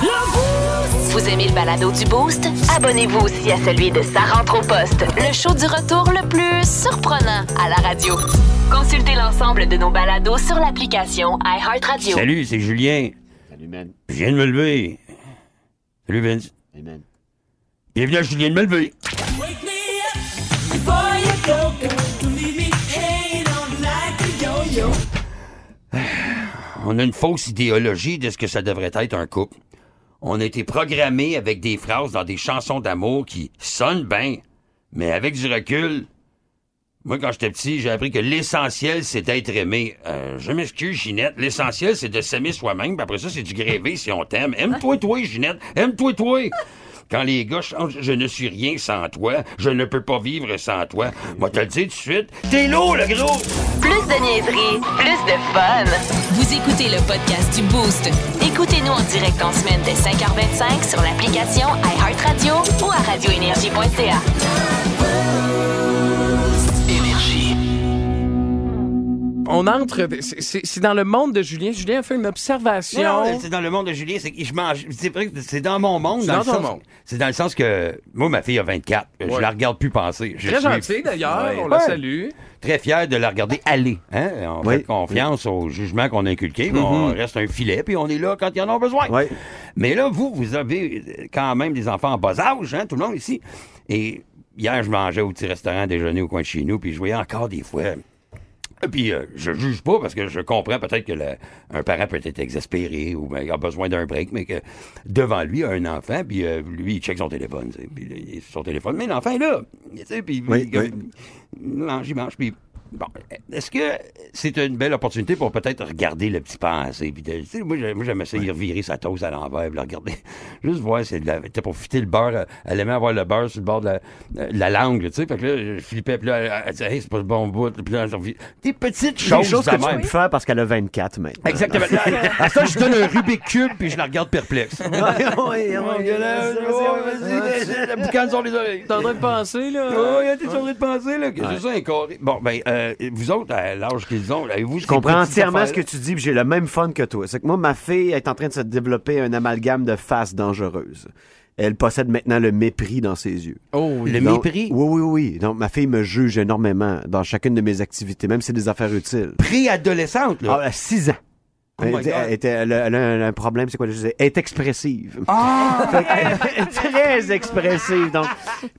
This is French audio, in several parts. Vous aimez le balado du Boost? Abonnez-vous aussi à celui de Sa rentre au poste, le show du retour le plus surprenant à la radio. Consultez l'ensemble de nos balados sur l'application iHeartRadio. Salut, c'est Julien. Salut, man. Je viens de me lever. Salut, Vince. Hey, man. Bienvenue à Julien de me lever. On a une fausse idéologie de ce que ça devrait être un couple. On a été programmé avec des phrases dans des chansons d'amour qui sonnent bien, mais avec du recul. Moi, quand j'étais petit, j'ai appris que l'essentiel, c'est d'être aimé. Euh, je m'excuse, Ginette. L'essentiel, c'est de s'aimer soi-même. puis après ça, c'est du grévé si on t'aime. Aime-toi, toi, Ginette. Aime-toi, toi. Quand les gars chantent, je ne suis rien sans toi. Je ne peux pas vivre sans toi. Moi, te le dis tout de suite. T'es lourd, le gros! Plus de niaiserie, plus de fun. Vous écoutez le podcast du Boost. Écoutez-nous en direct en semaine dès 5h25 sur l'application iHeartRadio ou à radioénergie.ca. On entre. c'est- C'est c'est dans le monde de Julien. Julien a fait une observation. Non, non, c'est dans le monde de Julien, c'est que je mange. C'est vrai que c'est dans mon monde. C'est Dans dans le ton sens- monde. C'est dans le sens que moi, ma fille a 24. Je Ouais. la regarde plus penser. Je Très suis gentil d'ailleurs. Ouais. On la Ouais. salue. Très fier de la regarder aller. Hein? On Oui. Mm-hmm. fait confiance au jugement qu'on a inculqué. puis On reste un filet, puis on est là quand ils en ont besoin. Oui. Mais là, vous, vous avez euh, quand même des enfants en bas âge, hein, tout le monde ici. Et hier, je mangeais au petit restaurant déjeuner au coin de chez nous, puis je voyais encore des fois. Et Puis euh, je juge pas parce que je comprends peut-être que le- un parent peut être exaspéré ou ben, il a besoin d'un break, mais que devant lui, il y a un enfant, puis euh, lui, il check son téléphone. tu sais, Puis là, il est sur son téléphone, mais l'enfant est là. tu sais, Puis Oui, il- oui. il mange, il mange, puis bon, est-ce que c'est une belle opportunité pour peut-être regarder le petit passé? Puis, de- tu sais, moi, j'ai- moi, j'aime ça y revirer sa toast à l'envers, puis la regarder, juste voir, c'est de la- t'as profité le beurre, euh, elle aimait avoir le beurre sur le bord de la, euh, de la langue, tu sais, fait que là, je flippais, puis là, elle, elle disait, hey, c'est pas le bon bout, puis là, elle revient. des petites Chose, choses, chose de que tu même. peux plus faire parce qu'elle a 24 maintenant. Exactement. Là, à ça, je donne un Rubik's Cube, puis je la regarde perplexe. oui, Oh, oui. là, vas-y, la boucane sur les oreilles. T'es en train de penser, Oh, là. il y a des choses de penser, là. que C'est ça, un carré. Bon, ben, euh, vous autres, à l'âge qu'ils ont, avez-vous. Je comprends entièrement ce que tu dis, puis j'ai le même fun que toi. C'est que moi, ma fille est en train de se développer un amalgame de faces dangereuses. Elle possède maintenant le mépris dans ses yeux. Oh, Le Donc- mépris. Oui, oui, oui. Donc, ma fille me juge énormément dans chacune de mes activités, même si c'est des affaires utiles. Préadolescente, Ah, là. à 6 ans. Oh elle, my était- God. elle était- elle a, elle a un, un problème, c'est quoi? le- Elle est expressive. Ah! Fait que- elle est très expressive. Donc,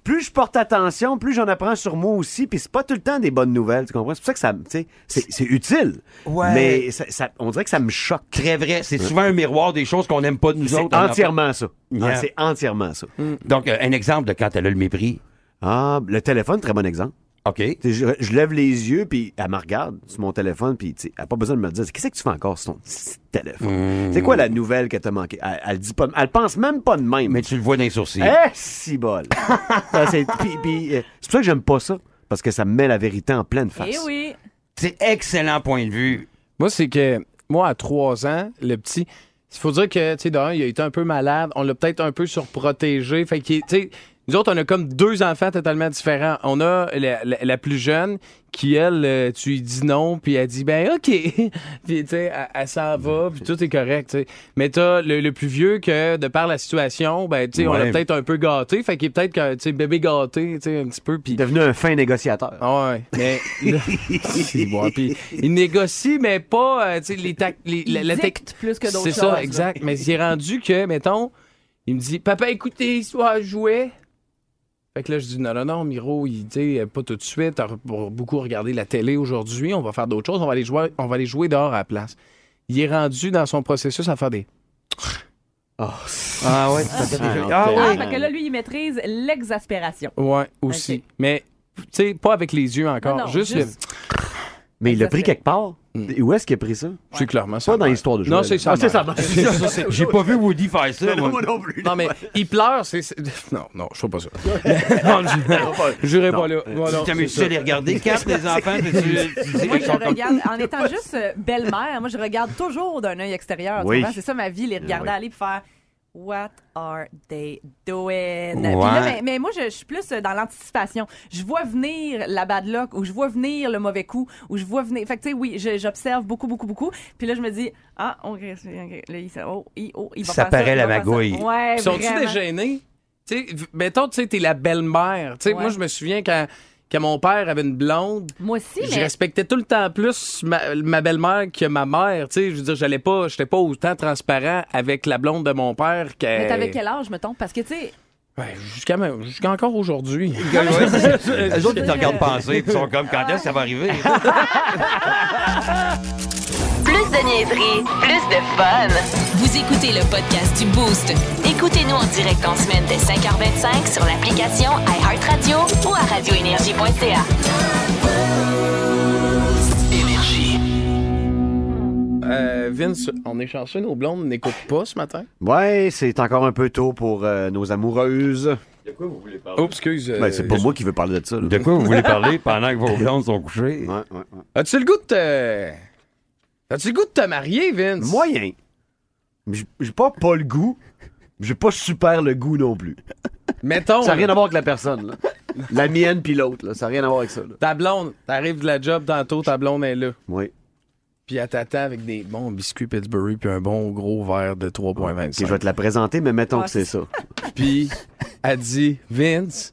plus je porte attention, plus j'en apprends sur moi aussi. Puis c'est pas tout le temps des bonnes nouvelles, tu comprends? C'est pour ça que ça, me- tu sais, c'est c'est utile. Ouais. Mais ça- ça- on dirait que ça me choque. Très vrai. C'est souvent un miroir des choses qu'on n'aime pas de nous C'est autres. en entièrement ça. Yeah. Ah, C'est entièrement ça. enfant. Donc, euh, un exemple de quand elle a le mépris. Ah, le téléphone, très bon exemple. OK. Tu sais, Je, je lève les yeux, puis elle me regarde sur mon téléphone, puis tu sais, elle n'a pas besoin de me dire Qu'est-ce que tu fais encore sur ton petit Mmh. téléphone C'est quoi la nouvelle que t'as manqué elle, elle dit pas, elle pense même pas de même. Mais tu le vois d'un sourcil. Eh, si bol Ça, C'est puis- puis, euh, c'est pour ça que j'aime pas ça, parce que ça me met la vérité en pleine face. Eh oui. C'est excellent point de vue. Moi, c'est que moi, à trois ans, le petit. Il faut dire que, tu sais, d'un, il a été un peu malade. On l'a peut-être un peu surprotégé. Fait qu'il est- tu sais, nous autres, on a comme deux enfants totalement différents. On a la, la- la plus jeune qui, elle, euh, tu lui dis non, puis elle dit, ben, OK. puis, tu sais, elle, elle s'en va, puis tout est correct, tu sais. Mais t'as le, le plus vieux que, de par la situation, ben, tu sais, on l'a Ouais. peut-être un peu gâté. Fait qu'il est peut-être, que, tu sais, bébé gâté, tu sais, un petit peu. Puis Il est devenu un fin négociateur. ah Ouais, mais là, c'est bon. Puis, il négocie, mais pas euh, tu sais, les tac- les- Il la, la tec- dicte plus que d'autres C'est choses. ça, là. exact. Mais il est rendu que, mettons, il me dit Papa, écoutez, histoire jouet. Fait que là, je dis Non, non, non, Miro, il dit euh, pas tout de suite. T'as re- beaucoup regardé la télé aujourd'hui. On va faire d'autres choses. On va, aller jouer, on va aller jouer dehors à la place. Il est rendu dans son processus à faire des. Oh, Ah ouais, Ah, Ah Ah, ouais. fait que là, lui, il maîtrise l'exaspération. Ouais, aussi. Ok. Mais, tu sais, pas avec les yeux encore. Non, non, juste, le- juste- Mais il l'a Ça pris fait- quelque part. Mm. Et Où est-ce qu'il a pris ça C'est clairement ça. Pas dans l'histoire de jeu. Non, c'est ça. Ah, c'est ça. Ah, J'ai pas vu Woody faire ça. moi. non plus. Non, mais il pleure, c'est. c'est- Non, non, je trouve pas ça. non, je- j'irai pas là. Ouais, non, Tu t'amuses c'est à les regarder, Cap, les enfants? Tu tu- tu dis Moi, qu'ils je sont comme- regarde, en étant juste euh, belle-mère, moi, je regarde toujours d'un œil extérieur. tu Oui. comprends? C'est ça ma vie, les regarder Oui. aller et faire What are they doing? Puis Ouais. là, ben, mais moi, je, je suis plus euh, dans l'anticipation. Je vois venir la bad luck, ou je vois venir le mauvais coup, ou je vois venir. Fait que, tu sais, oui, je- j'observe beaucoup, beaucoup, beaucoup. Puis là, je me dis, ah, on reste. Là, il, s'est- oh, il, oh, il va Ça faire paraît il la va faire ça. magouille. Ouais, Sont-tu vraiment. dégênés? Tu sais, v- mettons, tu sais, t'es la belle-mère. Tu sais, Ouais. moi, je me souviens quand, quand mon père avait une blonde, Moi aussi, je mais. respectais tout le temps plus ma, ma belle-mère que ma mère. Tu sais, je veux dire, j'allais pas, j'étais pas autant transparent avec la blonde de mon père que. Mais t'avais quel âge, mettons? Parce que, tu sais, Ouais, jusqu'à ma- jusqu'à encore aujourd'hui. Euh, Les autres, ils te regardent penser, puis ils sont comme, quand est-ce que ça va arriver? Plus de niaiserie, plus de fun. Vous écoutez le podcast du Boost. Écoutez-nous en direct en semaine dès 5h25 sur l'application iHeartRadio ou à radioénergie.ca. Euh, Vince, on est chanceux, nos blondes n'écoutent pas ce matin. Ouais, c'est encore un peu tôt pour euh, nos amoureuses. Oh, excuse. euh, Ben, c'est pas moi qui veux parler de ça. là. De quoi vous voulez parler pendant que vos blondes sont couchées? Ouais, ouais, ouais. As-tu le goût de te. As-tu le goût de te marier, Vince? Moyen. J'ai j'ai pas pas le goût. J'ai pas super le goût non plus. Mettons. Ça n'a rien à voir avec la personne. là. La mienne puis l'autre. là. Ça n'a rien à voir avec ça. là. Ta blonde, t'arrives de la job tantôt, ta blonde est là. Oui. Puis elle t'attend avec des bons biscuits Pittsburgh puis un bon gros verre de Puis je vais 3.25. te la présenter, mais mettons Ah, que c'est ça. Puis elle dit, Vince,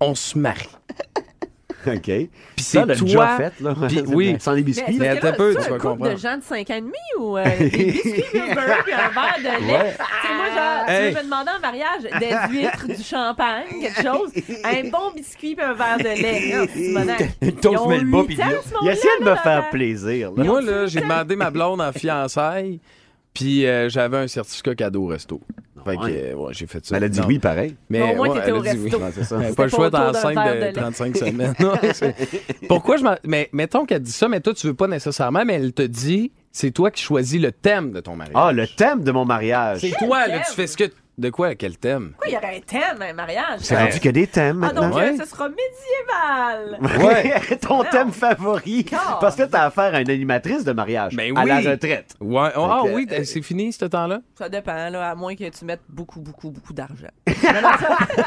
on se marie. OK. Puis Ça, c'est le toi. déjà fait, là. Puis oui. Sans les Mais biscuits. c'est Mais parce que t'as là, peu, c'est tu vas un couple de comprendre. gens de 5 ans et demi ou euh, des biscuits Pillsbury puis un verre de lait? Tu sais, moi, genre, Hey. tu veux me demander en mariage des huîtres, du champagne, quelque chose, un bon biscuit puis un verre de lait. Non, c'est mon âge. Une toast Ils ont Melba, huit puis ans, de- ce monde-là, Il essayait de me là, dans la- faire plaisir. là. Moi, là, j'ai demandé ma blonde en fiançailles, puis euh, j'avais un certificat cadeau au resto. Fait que, Ah Ouais. euh, ouais, j'ai fait ça. Mais Ben, elle a dit Non. oui, pareil. Mais Mais au moins, ouais, t'étais au elle a dit oui. resto. Ouais, c'est ça. Ouais, C'était pas le choix pas dans autour d'un 5 verre de de lait. 35 semaines. Non, c'est- Pourquoi je m'en- Mais mettons qu'elle dit ça, mais toi, tu veux pas nécessairement, mais elle te dit, c'est toi qui choisis le thème de ton mariage. Ah, le thème de mon mariage. C'est toi, là, thème? tu fais ce que. De quoi, quel thème? Pourquoi il y aurait un thème à un mariage? C'est rendu que des thèmes Ah, maintenant. donc, euh, Ouais. ce sera médiéval. Ouais. Ton thème favori. God. Parce que t'as affaire à une animatrice de mariage. Ben À la oui. retraite. Ouais. oh, ah Fait que- oui, euh, t- c'est fini ce temps-là? Ça dépend, là, à moins que tu mettes beaucoup, beaucoup, beaucoup d'argent.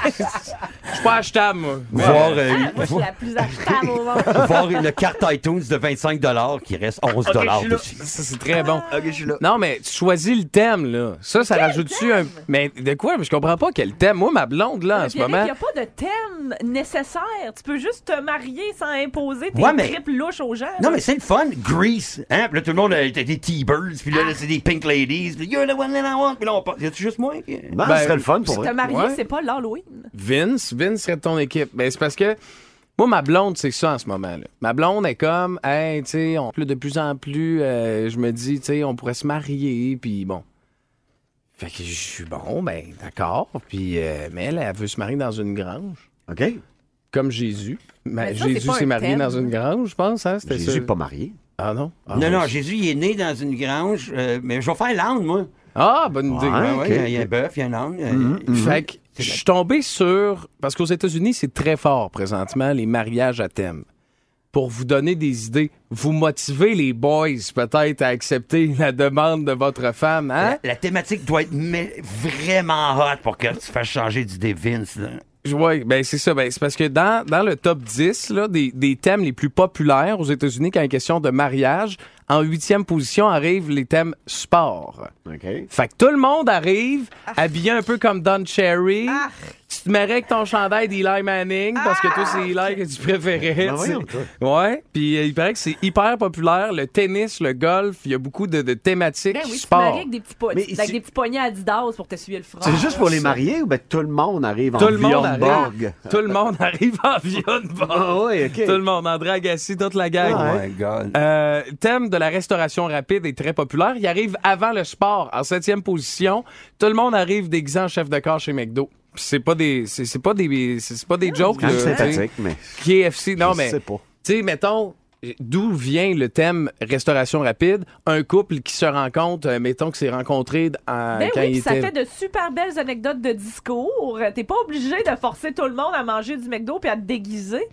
Je suis pas achetable, moi. Voir, euh, Ah, moi, je suis la plus achetable au monde. voir une carte iTunes de 25 qui reste 11 dessus. Ça, c'est très bon. Non, mais tu choisis le thème, là. Ça, ça rajoute-tu un. Mais de quoi? Je comprends pas quel thème. Moi, ma blonde, là, en ce Il moment. n'y a pas de thème nécessaire. Tu peux juste te marier sans imposer tes Ouais, mais- tripes louches aux gens. Non, mais c'est le fun. Grease. Hein? Puis là, tout le monde a été des T-Birds. Puis là, là, c'est des Pink Ladies. Puis you're the one that I want. Puis là, on parle. Y'a-tu juste moi? qui- Non, Ben, ce serait le fun pour Te vrai. marier, Ouais. c'est pas l'Halloween. Vince, Vince serait de ton équipe. Ben, c'est parce que. Moi, ma blonde, c'est ça en ce moment. Là. Ma blonde est comme, hey, tu sais, on- de plus en plus, euh, je me dis, tu sais, on pourrait se marier, puis bon. Fait que je suis bon, ben, d'accord. Puis, euh, mais elle, elle veut se marier dans une grange, OK. comme Jésus. Ma- Mais ça, c'est Jésus pas s'est un marié thème. dans une grange, je pense, hein? C'était Jésus ça. est pas marié. Ah non? Ah, Non, non, je- Jésus, il est né dans une grange. euh, mais je vais faire l'âne, moi. Ah, mm-hmm. bonne idée. Ouais. Ouais, ok. ouais, il y a un bœuf, il y a un âne. euh, Fait que je suis tombé sur. Parce qu'aux États-Unis, c'est très fort présentement, les mariages à thème. Pour vous donner des idées, vous motivez les boys peut-être à accepter la demande de votre femme, hein? La, la thématique doit être mais- vraiment hot pour que tu fasses changer d'idée Vince. là. Oui, ben c'est ça. Ben, c'est parce que dans, dans le top 10 là, des, des thèmes les plus populaires aux États-Unis quand il est question de mariage, en huitième position arrivent les thèmes sport. OK. Fait que tout le monde arrive, Ah. habillé un peu comme Don Cherry. Tu te marais avec ton chandail d'Eli Manning parce que toi, c'est Ah. Eli que tu préférais. Ben tu sais. voyons, toi. ouais, puis euh, il paraît que c'est hyper populaire. Le tennis, le golf, il y a beaucoup de, de thématiques Ben oui, tu te sport. maries avec des petits, po- Mais avec si- des petits poignets Adidas pour t'essuyer le front. C'est juste pour les mariés ou ben tout le monde arrive en Tout le, monde Bjornborg? arrive, tout le monde arrive en Vionne-Borg. Ah oui, OK. Ah, Tout le monde, André Agassi, toute la gang. Ouais. my God. Euh, thème de la restauration rapide est très populaire. Il arrive avant le sport, en septième position. Tout le monde arrive déguisé en chef de corps chez McDo. Puis C'est pas des, c'est c'est pas des, c'est c'est pas des jokes. Quand même là, Ah, sympathique, mais tu sais. KFC, non je mais, sais tu pas. sais, mettons. D'où vient le thème restauration rapide? Un couple qui se rencontre, euh, mettons que s'est rencontré d- en- Ben quand oui, il puis ça était- fait de super belles anecdotes de discours. T'es pas obligé de forcer tout le monde à manger du McDo puis à te déguiser.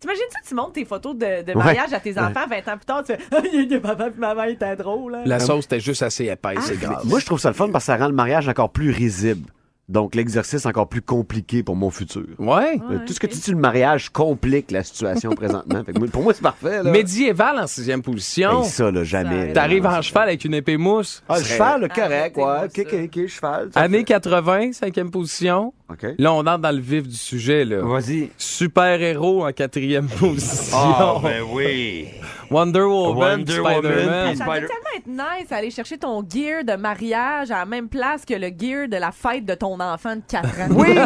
T'imagines-tu, tu montes tes photos de, de mariage à tes enfants 20 ans plus tard, tu fais Ah, il y a des papa et maman étaient drôles. hein. La sauce était juste assez épaisse, Ah, c'est Ah, grave. Ah. Moi, je trouve ça le fun parce que ça rend le mariage encore plus risible. Donc, l'exercice encore plus compliqué pour mon futur. Ouais. Euh, Tout ce que tu dis sur le mariage complique la situation présentement. Fait que moi- pour moi, c'est parfait. Là. Ben, Médiéval en sixième position. Hey, ça, là, jamais. là. T'arrives en cheval avec une épée mousse. Ah, le Serait- cheval, le correct, Arrêtez-moi ouais. Ok, ok, ok, cheval. ça Année fait. 80, cinquième position. Ok. Là, on entre dans le vif du sujet. Là. Vas-y. Super-héros en quatrième position. Ah, ben oui. Wonder Woman, Wonder Spider-Man. Woman, Ça puis- doit Spider- tellement être nice d'aller chercher ton gear de mariage à la même place que le gear de la fête de ton enfant de 4 ans. Oui.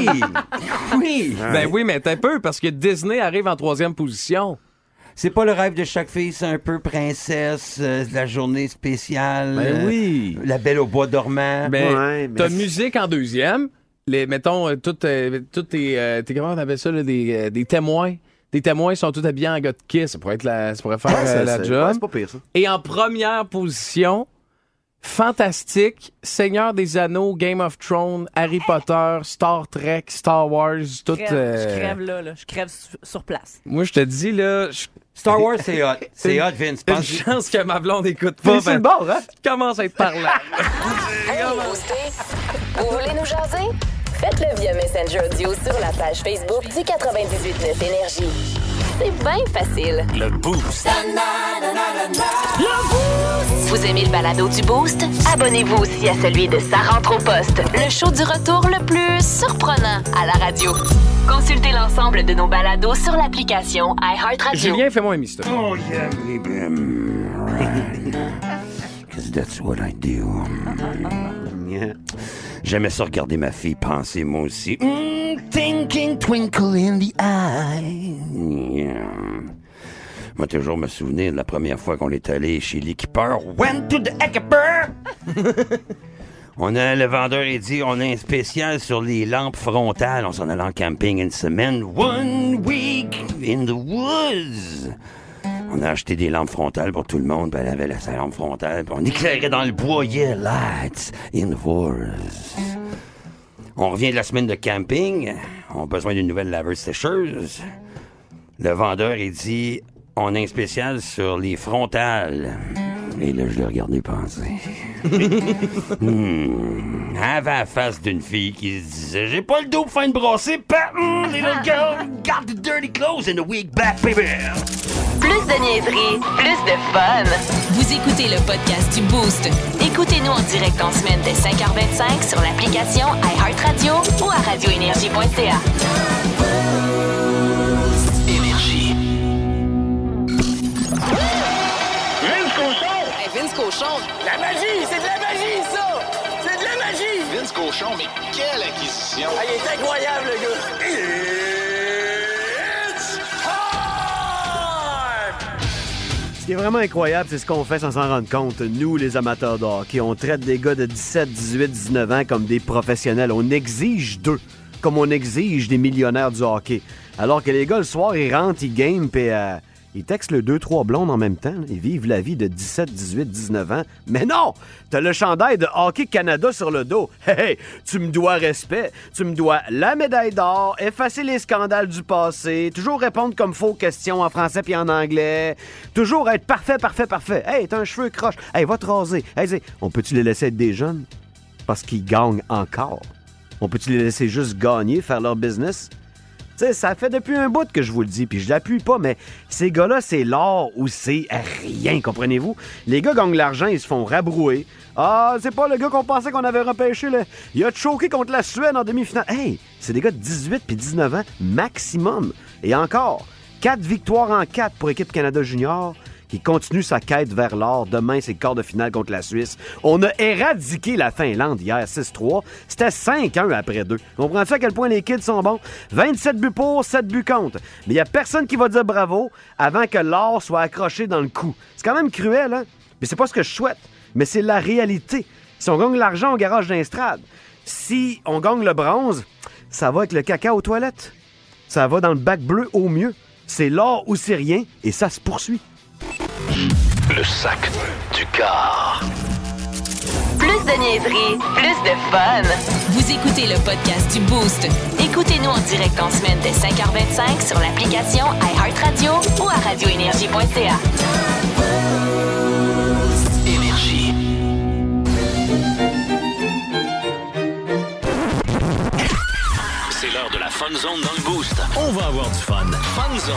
oui. Ben oui, mais t'es peu, parce que Disney arrive en troisième position. C'est pas le rêve de chaque fille, c'est un peu princesse, euh, la journée spéciale. Ben euh, oui. La belle au bois dormant. Mais Ouais, mais ben, t'as c'est- musique en deuxième. Les, mettons, euh, toutes, euh, toutes tes, euh, tes- Comment on appelle ça, là, des, euh, des témoins. Des témoins sont tous habillés en gars de kiss. Ça pourrait, être la, ça pourrait faire Ouais, euh, ça, la c'est- ouais, job. c'est pas pire, ça. Et en première position, Fantastique, Seigneur des Anneaux, Game of Thrones, Harry Potter, Star Trek, Star Wars, tout. Je crève, euh, je crève là, là. je crève sur, sur place. Moi, je te dis, là, je- Star Wars, c'est hot. C'est hot, Vince. une Pense- chance que ma blonde n'écoute pas. C'est le ben, bord, hein? je commence à être parlant. Hey, les boostés! Vous voulez nous jaser? Faites-le via Messenger Audio sur la page Facebook du 98.9 Énergie. C'est bien facile. Le boost. Vous aimez le balado du Boost? Abonnez-vous aussi à celui de Sa rentre au poste, le show du retour le plus surprenant à la radio. Consultez l'ensemble de nos balados sur l'application iHeartRadio. Julien, fais-moi un mystère. Oh, yeah, baby. Cause that's what I do. J'aimais ça regarder ma fille penser, moi aussi. Mm, thinking twinkle in the eye. Yeah. Moi, toujours me souvenir de la première fois qu'on est allé chez l'équipeur. Went to the equipeur! On a le vendeur et dit on a un spécial sur les lampes frontales. On s'en allait en camping une semaine. One week in the woods. On a acheté des lampes frontales pour tout le monde. puis elle avait la- sa lampe frontale. puis on éclairait dans le bois. Yeah, lights in the woods. On revient de la semaine de camping. On a besoin d'une nouvelle laveuse sécheuse. Le vendeur, il dit on a un spécial sur les frontales. Et là, je l'ai regardé penser. Hmm. Avant la face d'une fille qui se disait J'ai pas le dos pour faire une brassée, pa- Hmm, little girl, got the dirty clothes and the wig back, baby. Plus de niaiserie, plus de fun. Vous écoutez le podcast du Boost. Écoutez-nous en direct en semaine dès 5h25 sur l'application iHeartRadio ou à radioénergie.ca. Énergie. Vince Cochon, La magie, c'est de la magie, ça! C'est de la magie! Vince Cochon, mais quelle acquisition! Ah, il est incroyable, le gars! It's time! Ce qui est vraiment incroyable, c'est ce qu'on fait sans s'en rendre compte. Nous, les amateurs de hockey, on traite des gars de 17, 18, 19 ans comme des professionnels. On exige d'eux, comme on exige des millionnaires du hockey. Alors que les gars, le soir, ils rentrent, ils game, puis euh, ils textent le 2-3 blondes en même temps. là. Ils vivent la vie de 17, 18, 19 ans. Mais non! T'as le chandail de Hockey Canada sur le dos. Hey, hey, tu me dois respect. Tu me dois la médaille d'or, effacer les scandales du passé, toujours répondre comme faux questions en français puis en anglais, toujours être parfait, parfait, parfait. Hey, t'as un cheveu croche. Hey, va te raser. Hey, c'est- on peut-tu les laisser être des jeunes? Parce qu'ils gagnent encore. On peut-tu les laisser juste gagner, faire leur business? Tu sais, ça fait depuis un bout que je vous le dis, puis je l'appuie pas, mais ces gars-là, c'est l'or ou c'est rien, comprenez-vous? Les gars gagnent l'argent, ils se font rabrouer. Ah, c'est pas le gars qu'on pensait qu'on avait repêché, là. Il a choqué contre la Suède en demi-finale. Hey, c'est des gars de 18 puis 19 ans maximum. Et encore, 4 victoires en 4 pour équipe Canada Junior qui continue sa quête vers l'or. Demain, c'est le quart de finale contre la Suisse. On a éradiqué la Finlande hier, 6-3. C'était 5-1 après 2. Comprends-tu à quel point les kids sont bons? 27 buts pour, 7 buts contre. Mais il n'y a personne qui va dire bravo avant que l'or soit accroché dans le cou. C'est quand même cruel, hein? Mais c'est pas ce que je souhaite. Mais c'est la réalité. Si on gagne l'argent, on garage d'Instrad. Si on gagne le bronze, ça va avec le caca aux toilettes. Ça va dans le bac bleu au mieux. C'est l'or ou c'est rien, et ça se poursuit. Le sac du car. plus Plus de niaiserie, plus de fun. Vous écoutez le podcast du Boost. Écoutez-nous en direct en semaine dès 5h25 sur l'application iHeartRadio ou à radioénergie.ca. C'est l'heure de la Fun Zone dans le Boost. On va avoir du fun. Fun Zone.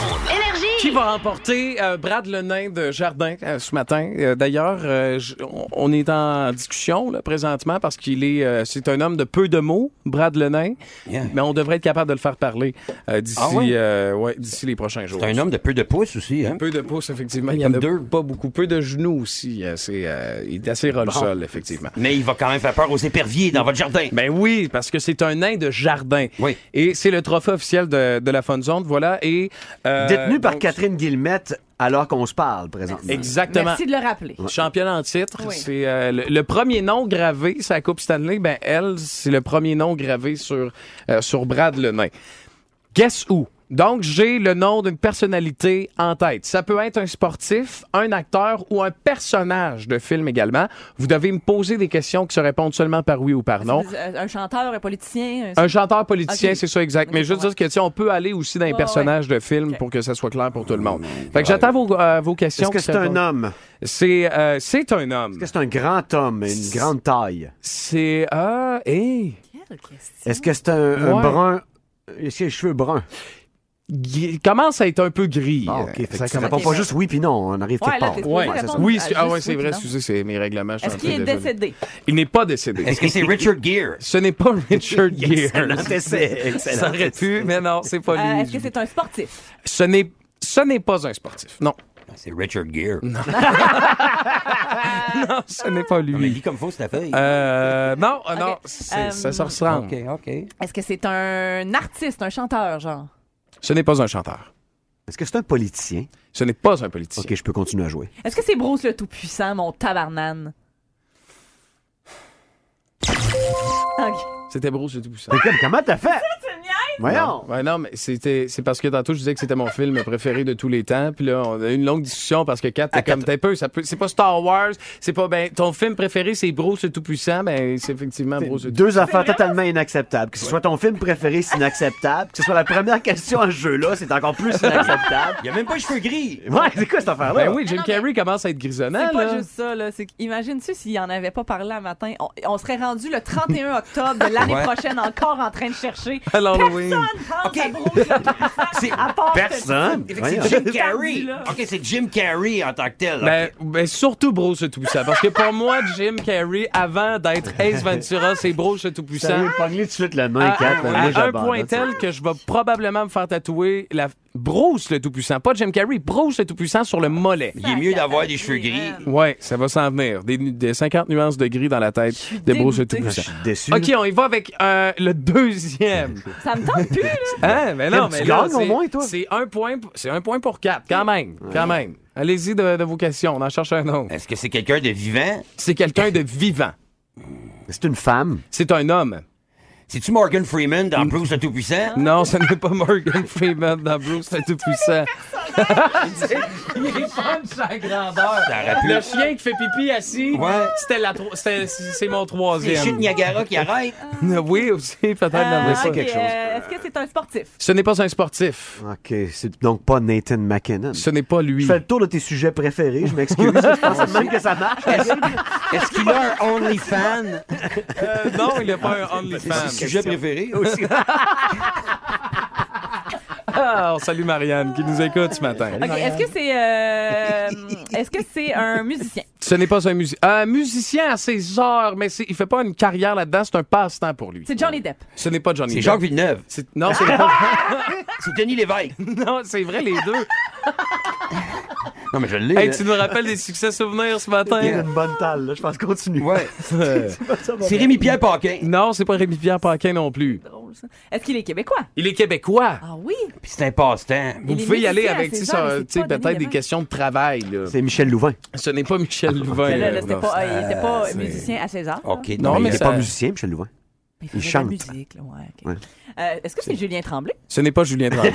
Qui va remporter euh, Brad le nain de Jardin euh, ce matin? Euh, D'ailleurs, euh, je- on- on est en discussion là, présentement parce qu'il est, euh, c'est un homme de peu de mots, Brad le nain, Yeah. mais on devrait être capable de le faire parler euh, d'ici Ah ouais? euh, ouais, d'ici les prochains jours. C'est un homme de peu de pouces aussi, hein? Peu de pouces, effectivement. Il y en a Deux. pas beaucoup. Peu de genoux aussi. euh, c'est, euh, il est assez roll sol, effectivement. Mais il va quand même faire peur aux éperviers dans votre jardin. Ben oui, parce que c'est un nain de jardin. Oui. Et c'est le trophée officiel de, de la Fun Zone, voilà. Et, euh, Détenu par donc, Catherine Guillemette alors qu'on se parle présentement. Exactement. Merci de le rappeler. Championne en titre, Oui. c'est euh, le, le premier nom gravé sur la Coupe Stanley. Ben elle, c'est le premier nom gravé sur euh, sur Brad le nain. Guess who? Donc j'ai le nom d'une personnalité en tête. Ça peut être un sportif, un acteur ou un personnage de film également. Vous devez me poser des questions qui se répondent seulement par oui ou par Ah non. euh, Un chanteur, un politicien. Un chanteur politicien, Ok. c'est ça exact. Ok, Mais juste ouais. dire que tu sais, on peut aller aussi dans les Ouais, personnages de films Ok. pour que ça soit clair pour tout le monde. Fait que j'attends vos, euh, vos questions. Est-ce que qui c'est se un répondent. homme? C'est euh, c'est un homme. Est-ce que c'est un grand homme, une grande taille? C'est ah hey, Quelle question. Est-ce que c'est un, un Ouais. brun? Est-ce qu'il a les cheveux bruns? il commence à être un peu gris. Ah, OK. Fait que Ça tu commence- réponds pas Ok. juste oui puis non, on arrive Ouais, quelque là, part. t'es- Ouais, Oui, c'est ça. répondre oui, à c'est- ah juste ouais, c'est oui, vrai, non. excusez, c'est mes règlements. je suis Est-ce en qu'il est train de- décédé? Il n'est pas décédé. Est-ce que c'est Richard Gere? Ce n'est pas Richard Gere. Excellent essai, excellent Ça aurait pu, mais non, c'est pas Euh, lui. Est-ce que c'est un sportif? Ce n'est ce n'est pas un sportif. Non, C'est Richard Gere. Non, non, ce n'est pas mais lui. lis comme faut, c'est la feuille. Euh, non, euh, non, Ok. c'est- Euh, ça se ressemble. OK, OK. Est-ce que c'est un artiste, un chanteur, genre? Ce n'est pas un chanteur. Est-ce que c'est un politicien? Ce n'est pas un politicien. OK, je peux continuer à jouer. Est-ce que c'est Bruce le Tout-Puissant, mon tabarnane? Ok. C'était beau, c'est tout ça. Mais comme- comment t'as fait? Voyons! Ouais, non, mais c'était, c'est parce que tantôt, je disais que c'était mon film préféré de tous les temps. Puis là, on a eu une longue discussion parce que Ah, Kat, t'es comme, t'es peu, ça peut, c'est pas Star Wars, c'est pas, ben, ton film préféré, c'est Bro, c'est tout puissant. Ben, c'est effectivement Bro, c'est tout Deux affaires totalement inacceptables. Que ce soit ton film préféré, c'est inacceptable. Que ce soit la première question à ce jeu-là, c'est encore plus inacceptable. Il n'y a même pas les cheveux gris. Ouais, c'est quoi cette affaire-là? Ben oui, Jim Ah, non, mais- Carrey commence à être grisonnant, C'est pas là. juste ça, là. C'est Imagine-tu s'il en avait pas parlé un matin. On, on serait rendu le 31 octobre de l'année Ouais. prochaine encore en train de chercher. À l'Halloween. Ok. Personne pense à Bruce le C'est- Tout-Puissant, à part cette- Personne! Voyons. C'est Jim Jim Carrey. Carrey. OK, c'est Jim Carrey en tant que tel. Ben, ben, surtout Bro, c'est tout puissant. Parce que pour moi, Jim Carrey, avant d'être Ace Ventura, c'est Bro, c'est tout puissant. Sérieux, pogne-lui tout de suite la main, À, Kat. à- à Ah, un point tel que je vais probablement me faire tatouer la Bruce le Tout-Puissant, pas Jim Carrey, Bruce le Tout-Puissant sur le mollet. Il est mieux d'avoir des cheveux gris. Ouais, ça va s'en venir. Des, nu- des 50 nuances de gris dans la tête de Bruce le dégoûtée. Je suis Tout-Puissant. déçu. OK, on y va avec euh, le deuxième. Ça me tente plus, là. Hein? Mais non, Kim, mais tu là, gagnes au c'est- moins, toi. C'est un, point p- c'est un point pour quatre, quand même. Quand même. Allez-y de, de vos questions, on en cherche un autre. Est-ce que c'est quelqu'un de vivant? Euh, C'est quelqu'un de vivant. C'est une femme. C'est un homme. C'est-tu Morgan Freeman dans Bruce le Tout-Puissant? Non, ce n'est pas Morgan Freeman dans Bruce le Tout-Puissant. Il est fan de sa grandeur. Ça aurait pu. Le chien qui fait pipi assis, Ouais. c'était la tro- c'était- c'est C'est les mon chutes troisième. Niagara qui arrêtent. Oui, aussi, peut-être. Euh, dans- ok, quelque chose. euh, Est-ce que c'est un sportif? Ce n'est pas un sportif. OK, c'est donc pas Nathan McKinnon. Ce n'est pas Je lui. fais le tour de tes sujets préférés, je m'excuse. je pense même que ça marche. Est-ce qu'il a un OnlyFan? non, il n'est pas un C'est son OnlyFans. sujet préféré. Ah, on salue Marianne qui nous écoute ce matin. Ok, Est-ce que c'est euh, Est-ce que c'est un musicien? Ce n'est pas un musicien. Un musicien à ses heures, mais c'est- il fait pas une carrière là-dedans, c'est un passe-temps pour lui. C'est Johnny Depp. Ce n'est pas Johnny C'est Depp. Jacques Villeneuve. C'est- Non, c'est pas- C'est Denis Lévesque. non, c'est vrai, les deux. Non, mais je l'ai. Hey, là. tu nous rappelles des succès souvenirs ce matin? C'est une bonne talle, là. je pense continue. Ouais. Euh, C'est Rémi-Pierre Paquin. non, c'est pas Rémi-Pierre Paquin non plus. Drôle, ça. Est-ce qu'il est québécois? Il est québécois. Ah oui. Puis c'est un passe-temps. Vous Il est pouvez y aller musicien à avec ses tu sais, heures, mais ça, c'est tu sais, pas Denis peut-être des Lévesque. questions de travail. là. C'est Michel Louvain. Ce n'est pas Michel Louvain. Là, là, là. c'était Non, pas, c'est- il était pas c'est- musicien à César. là. OK. Non, mais, mais il n'est ça- pas musicien, Michel Louvain. Mais Il faisait de la chante. musique, là, ouais, ok. Ouais. Euh, Est-ce que c'est Julien Tremblay? Ce n'est pas Julien Tremblay.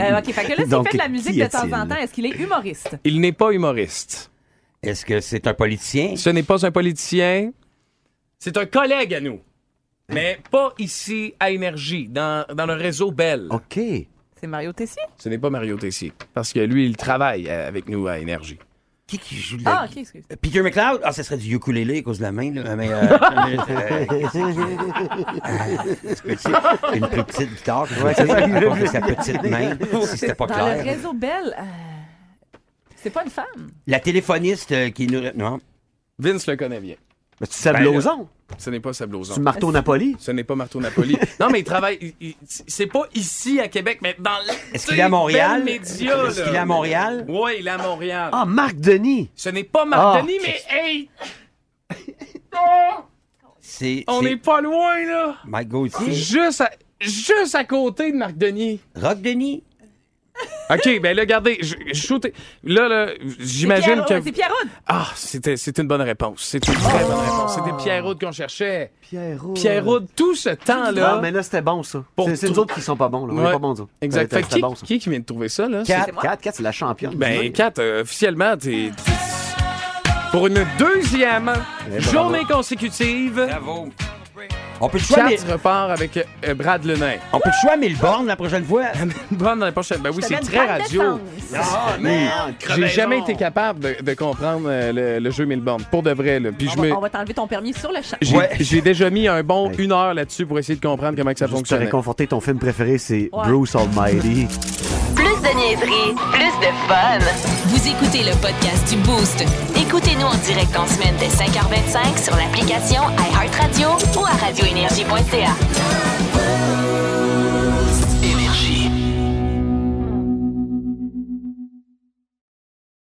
Euh, ok, fait que là, s'il Donc, Euh, fait de la musique qui de temps est-il? en temps, est-ce qu'il est humoriste? Il n'est pas humoriste. Est-ce que c'est un politicien? Ce n'est pas un politicien. C'est un collègue à nous. Mais pas ici à Énergie, dans, dans le réseau Bell. Oh. OK. C'est Mario Tessier? Ce n'est pas Mario Tessier. Parce que lui, il travaille euh, avec nous à Énergie. Qui qui joue de la... Ah, ok, excuse. Peter McLeod? Ah, ce serait du ukulélé à cause de la main, là. Mais, euh, euh, qu'est-ce que c'est? Ah, c'est petit- une plus petite guitare, je vois, à cause de sa petite main, si c'était pas Dans le clair. réseau Bell, euh, c'est pas une femme. La téléphoniste euh, qui nous... Non. Vince le connaît bien. Mais tu Ben, sablozon. Ce n'est pas Sablozon. Tu marteau Napoli. Ce n'est pas Marteau Napoli. non, mais il travaille. il- il- c'est pas ici à Québec, mais dans le. Est-ce qu'il est à Montréal? Bell Media, Est-ce qu'il est à Montréal? Oui, il est à Montréal. Ah, Marc Denis. Ce n'est pas Martoni, Ah. mais hey, C'est... on c'est n'est pas loin, là. Mike Gauthier. Juste à, juste à côté de Marc Denis. Rock Denis? OK, ben là, regardez, je, je shootais- Là, là, j'imagine Pierre- que. C'est Pierrot! Ah, c'était, c'était une bonne réponse. C'était une très bonne réponse. C'était Oh. Pierrot qu'on cherchait. Pierrot. Pierrot, tout ce Ah, temps-là. mais là, c'était bon, ça. Pour C'est c'est nous tout- autres qui sont pas bons, là. On Ouais. est pas bons, nous autres. Exact. C'était Fait que qui, c'était bon, ça. qui est qui vient de trouver ça, là? Kat. 4, 4, c'est la championne. Ben, Kat, euh, officiellement, t'es. t'es- Pour une deuxième Eh, bravo. journée consécutive, Bravo. On peut te jouer, à Kat Mil- repart avec euh, Brad Lenain. on peut te jouer à Milbourne la prochaine fois? Bonne dans la prochaine. Ben oui, Je te c'est mets une très bonne radio. défense. Ah, man! J'ai jamais été capable de, de comprendre euh, le, le jeu mille bornes. Pour de vrai, là. Puis je On va- me. On va t'enlever ton permis sur le champ. J'ai Ouais. j'ai déjà mis un bon Hey. une heure là-dessus pour essayer de comprendre comment que ça Pour te fonctionne. réconforter, ton film préféré, c'est Ouais. Bruce Almighty. Plus de niaiserie, plus de fun. Vous écoutez le podcast du Boost. Écoutez-nous en direct en semaine dès 5h25 sur l'application iHeartRadio ou à radioénergie.ca.